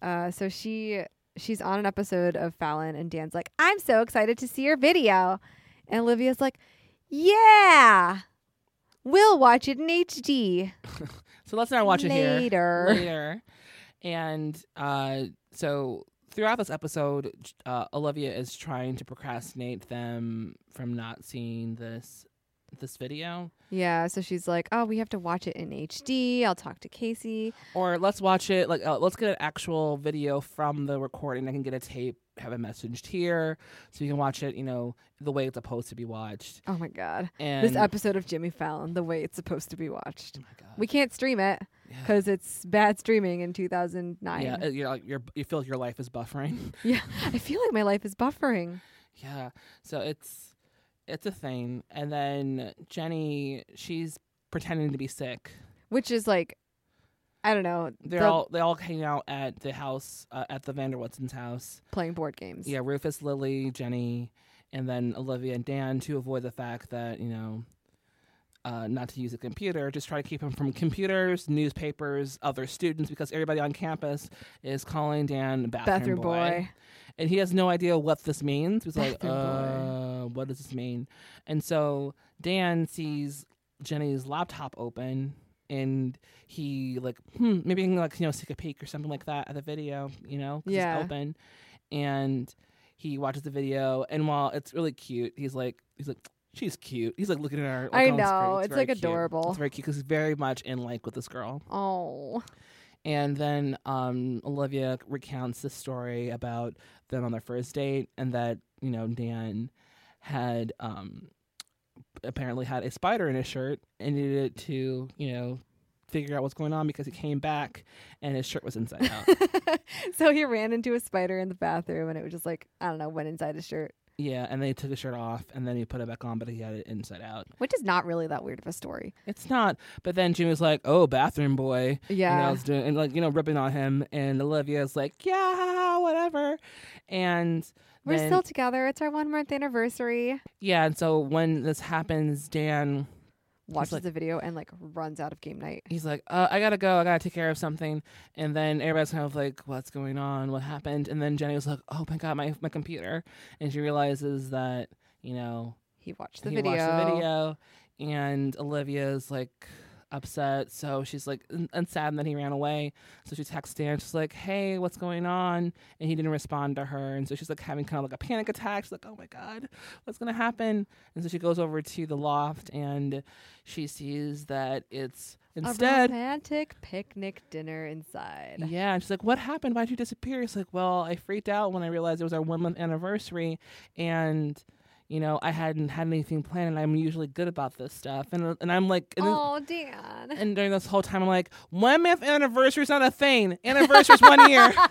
Uh, so she she's on an episode of Fallon, and Dan's like, "I'm so excited to see your video," and Olivia's like, "Yeah, we'll watch it in HD."
So let's not watch it here.
Later.
Later. And uh, so throughout this episode, uh, Olivia is trying to procrastinate them from not seeing this this video,
Yeah, so she's like, "Oh, we have to watch it in HD. I'll talk to Casey."
or let's watch it like uh, let's get an actual video from the recording. I can get a tape, have it messaged here, so you can watch it. You know the way it's supposed to be watched.
Oh my god,
And Oh
this episode of Jimmy Fallon, the way it's supposed to be watched.
God.
We can't stream it because it's bad streaming in 2009.
yeah, it- you're like you're, you feel like your life is buffering.
yeah, I feel like my life is buffering.
Yeah. So it's it's a thing. And then Jenny, she's pretending to be sick.
which is like I don't know.
They're
the-
all they all hang out at the house uh, at the Vanderwoodsons' house.
playing board games.
Yeah, Rufus, Lily, Jenny, and then Olivia and Dan to avoid the fact that you know. Uh, not to use a computer, just try to keep him from computers, newspapers, other students, because everybody on campus is calling Dan bathroom,
Bathroom boy.
and he has no idea what this means. He's like,
Bathroom Oh, boy.
uh, what does this mean? And so Dan sees Jenny's laptop open and he like, hmm, maybe he can like, you know, take a peek or something like that at the video, you know, 'cause
Yeah.
it's open. And he watches the video and while it's really cute, he's like, he's like, she's cute. He's like looking at her.
I
on the screen.
know, it's,
very
like,
cute.
adorable.
It's very cute because he's very much in like with this girl.
Oh,
And then um, Olivia recounts the story about them on their first date and that, you know, Dan had um, apparently had a spider in his shirt and needed it to, you know, figure out what's going on because he came back and his shirt was inside out.
so he ran into a spider in the bathroom, and it was just like I don't know, went inside his shirt,
yeah. And then he took his shirt off and then he put it back on, but he had it inside out.
which is not really that weird of a story.
It's not. But then Jimmy was like, "Oh, bathroom boy." And,
Yeah.
I was doing, and like you know, ripping on him, and Olivia's like, "Yeah, whatever." And
We're
then-
still together. It's our one month anniversary.
yeah. And so when this happens, Dan
Watches
like-
the video and like runs out of game night.
he's like, uh, "I gotta go. I gotta take care of something." And then everybody's kind of like, "What's going on? What happened?" And then Jenny was like, "Oh my god, my my computer!" And she realizes that you know
He watched the
he
video.
watched the video, and Olivia's like upset, so she's like and and sad that he ran away. So she texts Dan, she's like, "Hey, what's going on?" And he didn't respond to her, and so she's like having kind of like a panic attack. She's like, "Oh my god, what's gonna happen?" And so she goes over to the loft, and she sees that it's
a
instead.
romantic picnic dinner inside.
Yeah, and she's like, "What happened? Why'd you disappear?" She's like, "Well, I freaked out when I realized it was our one month anniversary, and you know, I hadn't had anything planned, and I'm usually good about this stuff." And and I'm like, and,
Oh, Dan.
and during this whole time, I'm like, "One month anniversary is not a thing. Anniversary is one year."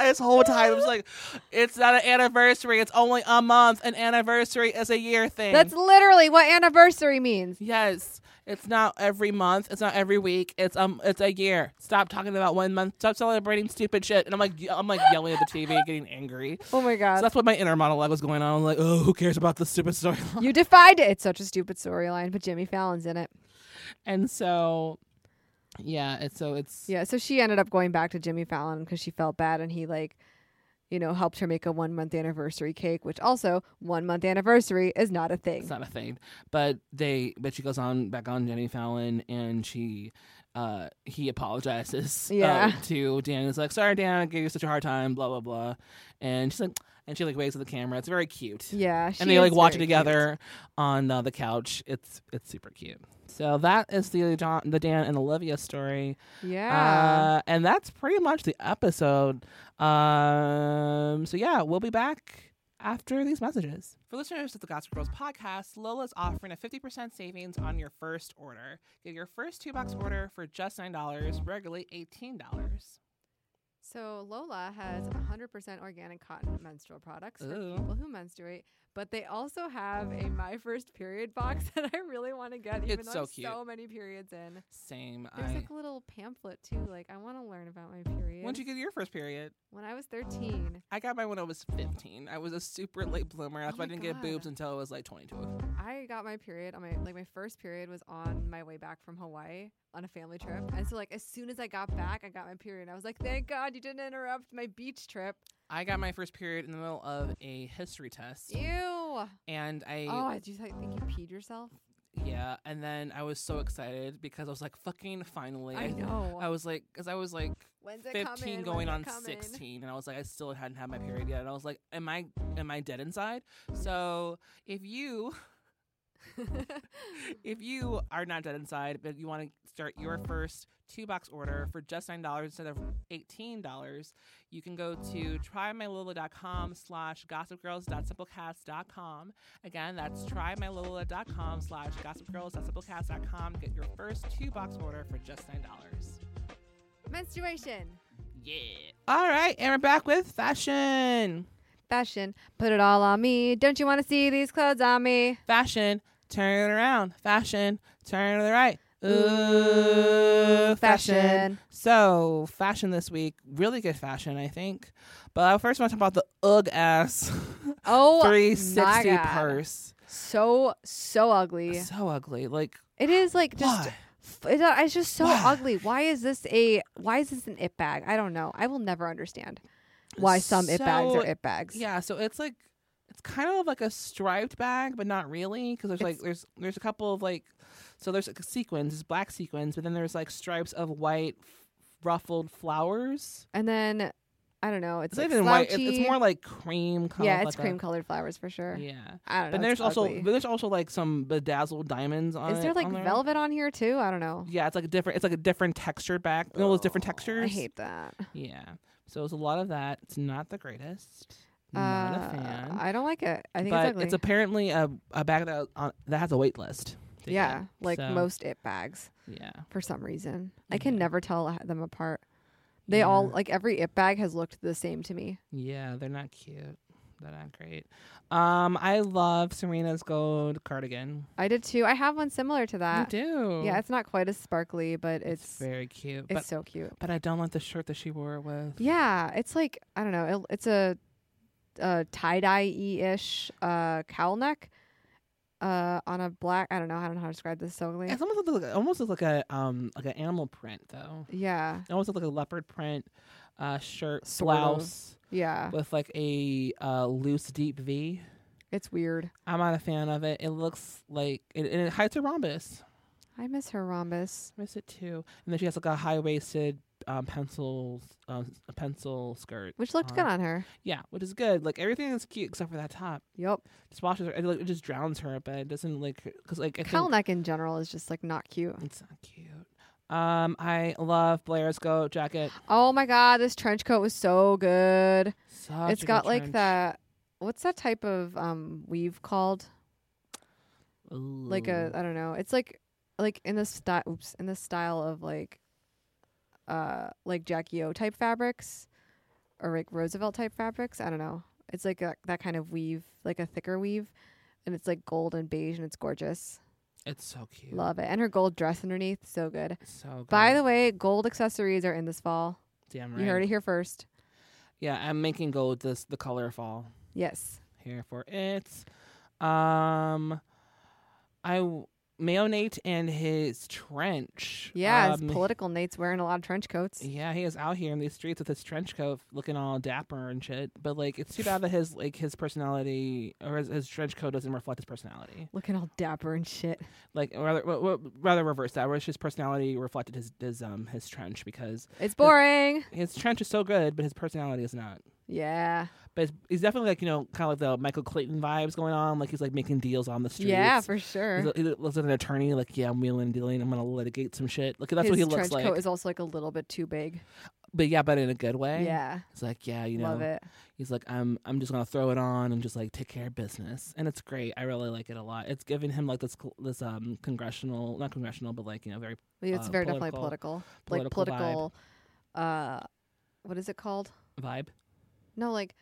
this whole time, I was like, "It's not an anniversary. It's only a month. An anniversary is a year thing."
That's literally what anniversary means.
Yes. It's not every month. It's not every week. It's um. It's a year. Stop talking about one month. Stop celebrating stupid shit. And I'm like, ye- I'm like yelling at the TV, getting angry.
Oh my
So
god.
that's what my inner monologue was going on. I'm like, oh, who cares about the stupid story?
you defied it. It's such a stupid storyline, but Jimmy Fallon's in it.
and so, yeah. And so it's
Yeah, so she ended up going back to Jimmy Fallon because she felt bad, and he like, you know, helped her make a one month anniversary cake, which also one month anniversary is not a thing.
it's not a thing. But they. But she goes on back on Jenny Fallon, and she. Uh, he apologizes. uh,
Yeah.
to Dan is like, sorry, Dan, I gave you such a hard time. Blah blah blah. And she's like, and she like waves at the camera. It's very cute.
yeah, she
and they like
is
watch it
very
together on uh, the couch. It's it's super cute. So that is the John, the Dan and Olivia story.
cute. Yeah,
Uh, and that's pretty much the episode. Um, so yeah, we'll be back after these messages. For listeners of the Gossip Girls podcast, Lola's offering a 50% savings on your first order. Get your first two box order for just $9, regularly $18.
so Lola has 100% organic cotton menstrual products for
Ooh.
people who menstruate, but they also have a my first period box that I really want to get, even
It's
though
so
I'm
cute.
so many periods in.
Same.
There's
I,
like a little pamphlet too. Like I want to learn about my period.
once you get your first period,
when I was 13,
I got mine when I was 15. I was a super late bloomer. That's
Oh
why I
my
didn't get
God.
boobs until I was like 22.
I got my period on my like my first period was on my way back from Hawaii on a family trip. And so like as soon as I got back, I got my period. And I was like, "Thank God you didn't interrupt my beach trip."
I got my first period in the middle of a history test.
Ew. Oh,
And I,
did you th- think you peed yourself?
yeah, and then I was so excited because I was like, fucking finally.
I know.
I was like, because I was like
When's it
15
coming?
going on
When's it coming?
16, and I was like, I still hadn't had my period yet. And I was like, am I, am I dead inside? So if you if you are not dead inside, but you want to start your first two box order for just nine dollars instead of eighteen dollars, you can go to trymylola.com slash gossipgirls.simplecast.com. Again, that's trymylola.com slash gossipgirls.simplecast.com. Get your first two box order for just nine dollars.
Menstruation.
Yeah. All right, and we're back with fashion.
Fashion. Put it all on me. Don't you want to see these clothes on me?
Fashion, Turn it around. Fashion. Turn to the right. Ooh,
fashion.
So, fashion this week. Really good fashion, I think. But I first want to talk about the UGG ass
Oh,
360
my God.
purse.
So so ugly.
So ugly. Like,
It is like just.
Why?
f- It's uh, it's just so
Why?
ugly. Why is this a? Why is this an it bag? I don't know. I will never understand why some it bags
So-
are it bags.
Yeah, so it's like it's kind of like a striped bag, but not really, because there's like there's there's a couple of like so there's like sequins, there's black sequins, but then there's like stripes of white f- ruffled flowers.
And then I don't know. It's,
It's
like
not even white. It's,
slouchy.
it's more like cream color.
yeah, it's
like a-
cream colored flowers for sure.
Yeah,
I don't know.
but there's
it's
also
ugly.
but there's also like some bedazzled diamonds on.
is there
it-
like
on
velvet on here too? I don't know.
Yeah, it's like a different. It's like a different textured bag. You know those different textures.
Oh, I hate that.
Yeah, so it's a lot of that. It's not the greatest. not
Uh,
a fan.
I don't like it. I think
but
it's ugly.
apparently a, a bag that on, that has a wait list. to
yeah,
get.
like
So,
most it bags
Yeah,
for some reason. I can
Yeah.
never tell a- them apart. They all like every it bag has looked the same to me.
yeah, they're not cute. They're not great. Um, I love Serena's gold cardigan.
I did too. I have one similar to
I
that.
do.
Uh, Yeah, it's not quite as sparkly, but it's it's,
very cute. But
so cute.
but I don't like the shirt that she wore it with.
Yeah, it's like I don't know. It, it's a, a tie dye y ish uh, cowl neck uh, on a black. I don't know. I don't know how to describe this so ugly.
It's almost like it almost looks like a um like an animal print though.
Yeah,
It almost looks like a leopard print uh shirt
Sort of.
blouse
yeah.
with like a uh loose deep V.
It's weird.
I'm not a fan of it. It looks like it, and it hides a rhombus.
I miss her rhombus.
Miss it too. And then she has like a high waisted um, pencil, um, a pencil skirt,
Which looked good on her.
Yeah, which is good. Like everything is cute except for that top.
Yep.
Just washes her. It, like, it just drowns her, but it doesn't like because like I
Cowl
think
neck in general is just like not cute.
it's not cute. Um, I love Blair's goat jacket.
Oh my god, this trench coat was so good.
Such
it's
a good
got like
trench.
that. What's that type of um weave called? Like a I don't know. It's like like in the style. Oops, in the style of like uh like Jackie O type fabrics or like Roosevelt type fabrics. I don't know. It's like a, that kind of weave, like a thicker weave, and it's like gold and beige, and it's gorgeous.
It's so cute.
Love it. And her gold dress underneath, so good.
So good.
By the way, gold accessories are in this fall.
damn right.
You heard it here first.
Yeah, I'm making gold this the color of fall.
Yes.
here for it. Um, I w- Mayonate and his trench.
Yeah, it's
Um,
political Nate's wearing a lot of trench coats.
yeah, he is out here in these streets with his trench coat, looking all dapper and shit. But like, it's too bad that his like his personality or his, his trench coat doesn't reflect his personality.
Looking all dapper and shit.
Like, or rather, w- w- rather reverse that, where his personality reflected his his um his trench because
It's boring.
his trench is so good, but his personality is not.
Yeah.
But it's, he's definitely like you know kind of like the Michael Clayton vibes going on. Like he's like making deals on the streets.
Yeah, for
He's
sure.
a- He looks like an attorney, like, yeah, I'm wheeling and dealing. I'm going to litigate some shit. Look, that's
His
what he looks
trench
like.
coat is also like a little bit too big.
but yeah, but in a good way.
Yeah.
He's like, yeah, you know.
Love it.
He's like, I'm I'm just going to throw it on and just like take care of business. And it's great. I really like it a lot. It's giving him like this cl- this um congressional, not congressional, but like, you know, very
It's
uh,
very definitely
political-
political. like
political vibe.
political uh what is it called?
vibe.
No, like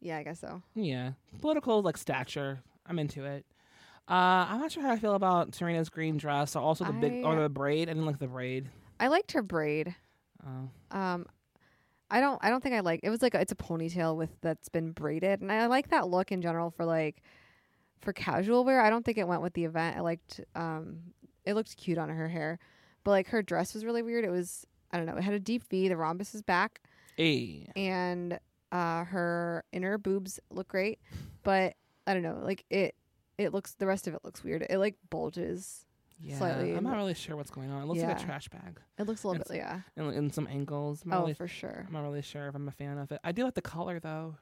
Yeah, I guess so.
Yeah. Political like stature. I'm into it. Uh, I'm not sure how I feel about Serena's green dress or also the
I-
big or the braid. I didn't like the braid.
I liked her braid.
Oh.
Um I don't I don't think I like it was like a, it's a ponytail with that's been braided and I like that look in general for like for casual wear. I don't think it went with the event. I liked um it looked cute on her hair. But like her dress was really weird. It was I don't know, it had a deep V, the rhombus is back
Hey.
and uh her inner boobs look great, but I don't know, like it it looks the rest of it looks weird. It like bulges.
Yeah.
Slightly
I'm
in
not
the-
really sure what's going on. It looks like a
Yeah.
trash bag.
It looks a little
It's-
bit yeah.
in, in some angles. I'm not,
Oh,
really,
for sure.
I'm not really sure if I'm a fan of it. I do like the color though,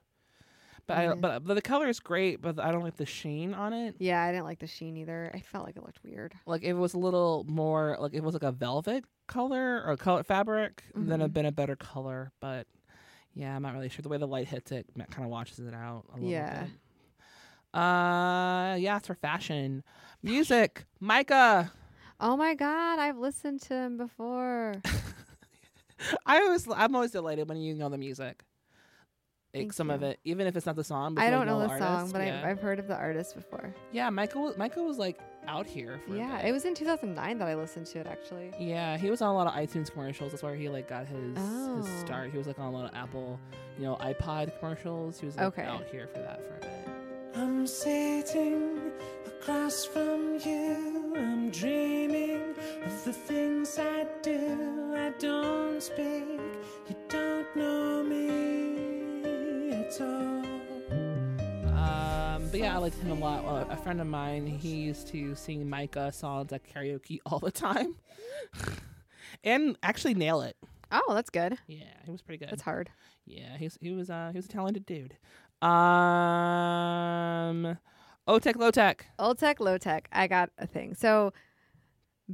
but I,
Yeah.
but, but the color is great. But I don't like the sheen on it.
Yeah, I didn't like the sheen either. I felt like it looked weird.
Like if it was a little more like if it was like a velvet color or color fabric, then
Mm-hmm.
it'd been a better color. But yeah, I'm not really sure. The way the light hits it kind of washes it out a little
Yeah.
bit. Uh, yeah, it's for fashion, music, Micah.
Oh my god, I've listened to him before.
I always, I'm always delighted when you know the music.
Thank
like, some of
you.
it, even if it's not the song. because
I
we
don't know the
the
song,
artist,
but
yeah.
I, I've heard of the artist before.
yeah, Michael. was- Michael was like out here. For a
Yeah,
bit.
it was in 2009 that I listened to it actually.
Yeah, he was on a lot of iTunes commercials. That's where he like got his his
Oh.
start. He was like on a lot of Apple, you know, iPod commercials. He was like
Okay.
out here for that for a bit.
I'm sitting across from you. I'm dreaming of the things I do. I don't speak. You don't know me at all.
Um, but yeah, I liked him a lot. Well, a friend of mine, he used to sing Micah songs at karaoke all the time, and actually nail it.
Oh, that's good.
Yeah, he was pretty good.
That's hard.
Yeah, he was he was uh, he was a talented dude. Um, Otech Lotech.
Old tech, low tech. I got a thing. So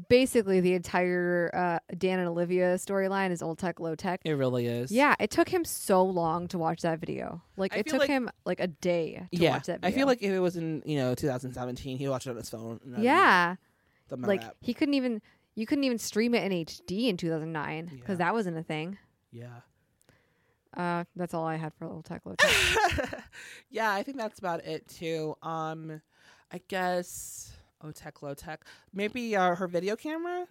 basically, the entire uh, Dan and Olivia storyline is old tech, low tech.
It really is.
Yeah, it took him so long to watch that video. Like
I
it
feel
took
like-
him like a day to
yeah.
watch that
I
video.
feel like if it was in you know 2017, he watched it on his phone. and not
yeah,
the Mac
like
app.
he couldn't even you couldn't even stream it in HD in 2009 because
Yeah.
that wasn't a thing.
yeah.
Uh, that's all I had for old tech, low tech.
yeah, I think that's about it too. Um, I guess oh tech, low tech. Maybe uh, her video camera.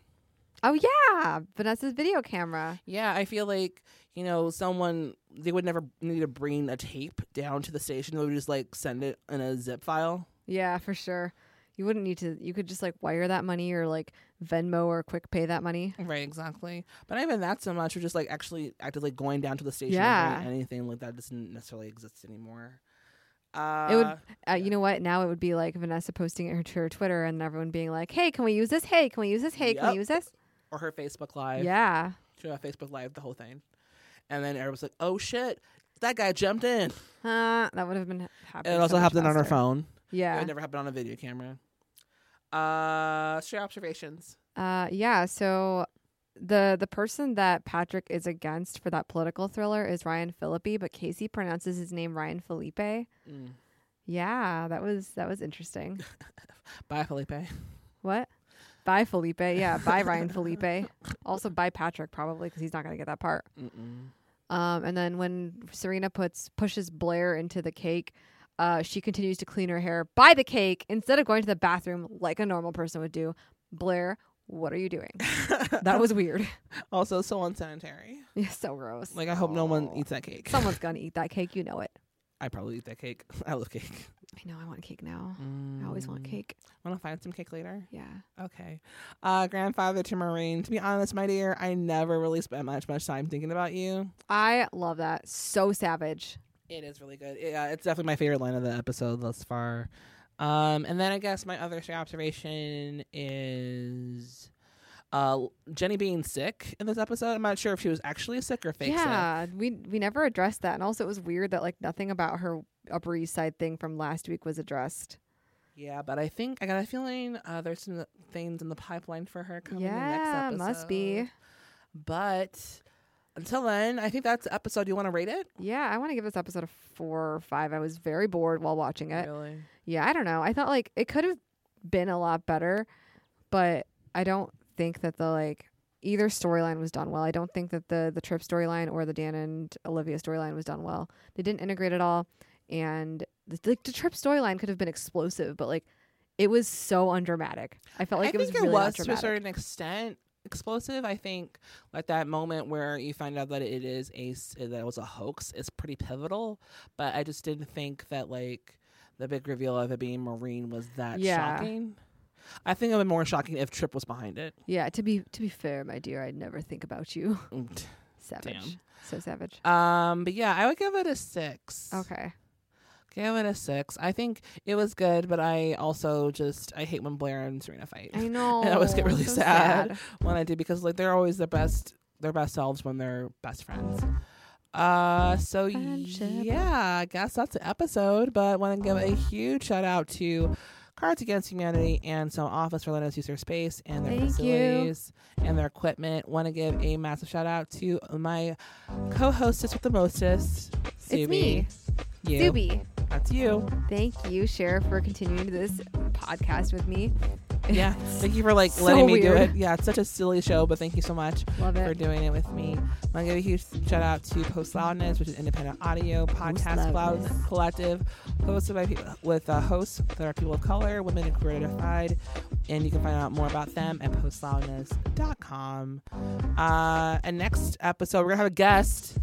oh yeah, Vanessa's video camera.
Yeah, I feel like you know someone they would never need to bring a tape down to the station. They would just like send it in a zip file.
Yeah, for sure. You wouldn't need to. You could just like wire that money or like Venmo or Quick Pay that money.
Right, exactly. But not even that so much. Or just like actually actively going down to the station.
Yeah.
and doing anything like that doesn't necessarily exist anymore. Uh,
It would, uh, you know what? Now it would be like Vanessa posting it to her Twitter and everyone being like, "Hey, can we use this? Hey, can we use this? Hey, can
Yep.
we use this?"
or her Facebook Live.
Yeah,
She went on Facebook Live the whole thing, and then everyone's like, "Oh shit, that guy jumped in."
uh, that would have been. happening
it
so
also
much
happened on her
faster.
phone. It
Yeah,
would never happen on a video camera. Uh, straight observations.
uh, yeah. So the the person that Patrick is against for that political thriller is Ryan Philippi, but Casey pronounces his name Ryan Felipe.
Mm.
Yeah, that was that was interesting.
Bye, Felipe.
What? Bye, Felipe. Yeah, bye, Ryan Felipe. Also, bye, Patrick, probably, because he's not going to get that part.
Mm-mm.
Um, and then when Serena puts pushes Blair into the cake, uh, she continues to clean her hair by the cake instead of going to the bathroom like a normal person would do. Blair, what are you doing? That was weird.
also so unsanitary.
Yeah, so gross.
Like I hope no one
Oh.
eats that cake.
Someone's gonna eat that cake. You know it.
I probably eat that cake. I love cake.
I know. I want cake now. I always want cake.
Want to find some cake later?
Yeah.
Okay. Uh, grandfather to Marine. To be honest, my dear, I never really spent much much time thinking about you.
I love that. So savage.
It is really good. Yeah, it's definitely my favorite line of the episode thus far. Um, and then I guess my other straight observation is uh, Jenny being sick in this episode. I'm not sure if she was actually sick or fake sick.
yeah, we we never addressed that, and also it was weird that like nothing about her Upper East Side thing from last week was addressed.
Yeah, but I think I got a feeling uh, there's some things in the pipeline for her coming
yeah,
in the next episode.
must be.
But until then, I think that's the episode. Do you want to rate it?
Yeah, I want to give this episode a four or five. I was very bored while watching it.
Really?
Yeah, I don't know. I thought like it could have been a lot better, but I don't think that the like either storyline was done well. I don't think that the the trip storyline or the Dan and Olivia storyline was done well. They didn't integrate at all, and the, like the trip storyline could have been explosive, but like it was so undramatic. I felt like it
I
was
think
really
it
not
was to a
dramatic.
certain extent explosive. I think like that moment where you find out that it is a s- that it was a hoax is pretty pivotal. But I just didn't think that like the big reveal of it being Marine was that
Yeah.
shocking. I think it would be more shocking if Trip was behind it.
Yeah, to be to be fair, my dear, I'd never think about you.
Mm.
Savage, so savage.
Um, but yeah, I would give it a six.
Okay.
give it a six. I think it was good, but I also just I hate when Blair and Serena fight.
I know.
and I always get really
so
sad, when I do because like they're always the best their best selves when they're best friends. Uh so
Friendship.
yeah, I guess that's the episode, but wanna give a huge shout out to Cards Against Humanity and some office for letting us use their space and their
Thank you.
facilities and their equipment. Wanna give a massive shout out to my co hostess with the mostest, Subi.
It's me,
You.
Zuby.
That's you.
Thank you, Cher, for continuing this podcast with me.
Yeah. thank you for like
So
letting me do
weird.
it. Yeah, it's such a silly show, but thank you so much
Love it.
for doing it with me. I want to give a huge shout out to Post Loudness, which is an independent audio podcast cloud
Loudness.
collective hosted by people with uh, hosts that are people of color, women, and queer identified. And you can find out more about them at postloudness.com. Uh, and next episode, we're going to have a guest.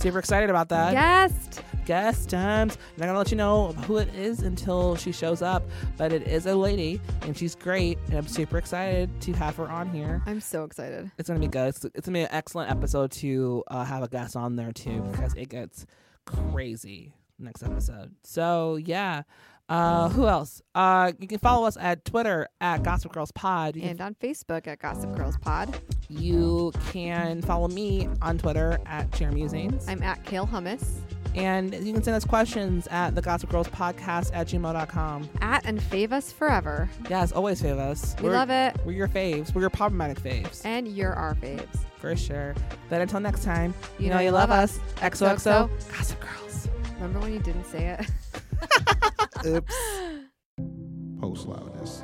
Super excited about that
Guest.
guest times. Not gonna let you know who it is until she shows up, but it is a lady and she's great, and I'm super excited to have her on here.
I'm so excited.
It's gonna be good. It's, it's gonna be an excellent episode to uh, have a guest on there too because it gets crazy next episode. So yeah. Uh, who else? Uh, you can follow us at Twitter at Gossip Girls Pod. You can
And on Facebook at Gossip Girls Pod.
you can follow me on Twitter at Chair Musings.
I'm at Kale Hummus.
And you can send us questions at the Gossip Girls Podcast at gmail.com.
At and fave us forever.
Yes, always fave us.
We love it.
We're your faves. We're your problematic faves.
And you're our faves.
for sure. But until next time, you, know, you love, us. XOXO, Gossip Girls.
Remember when you didn't say it?
Oops. Post loudness.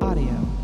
Audio.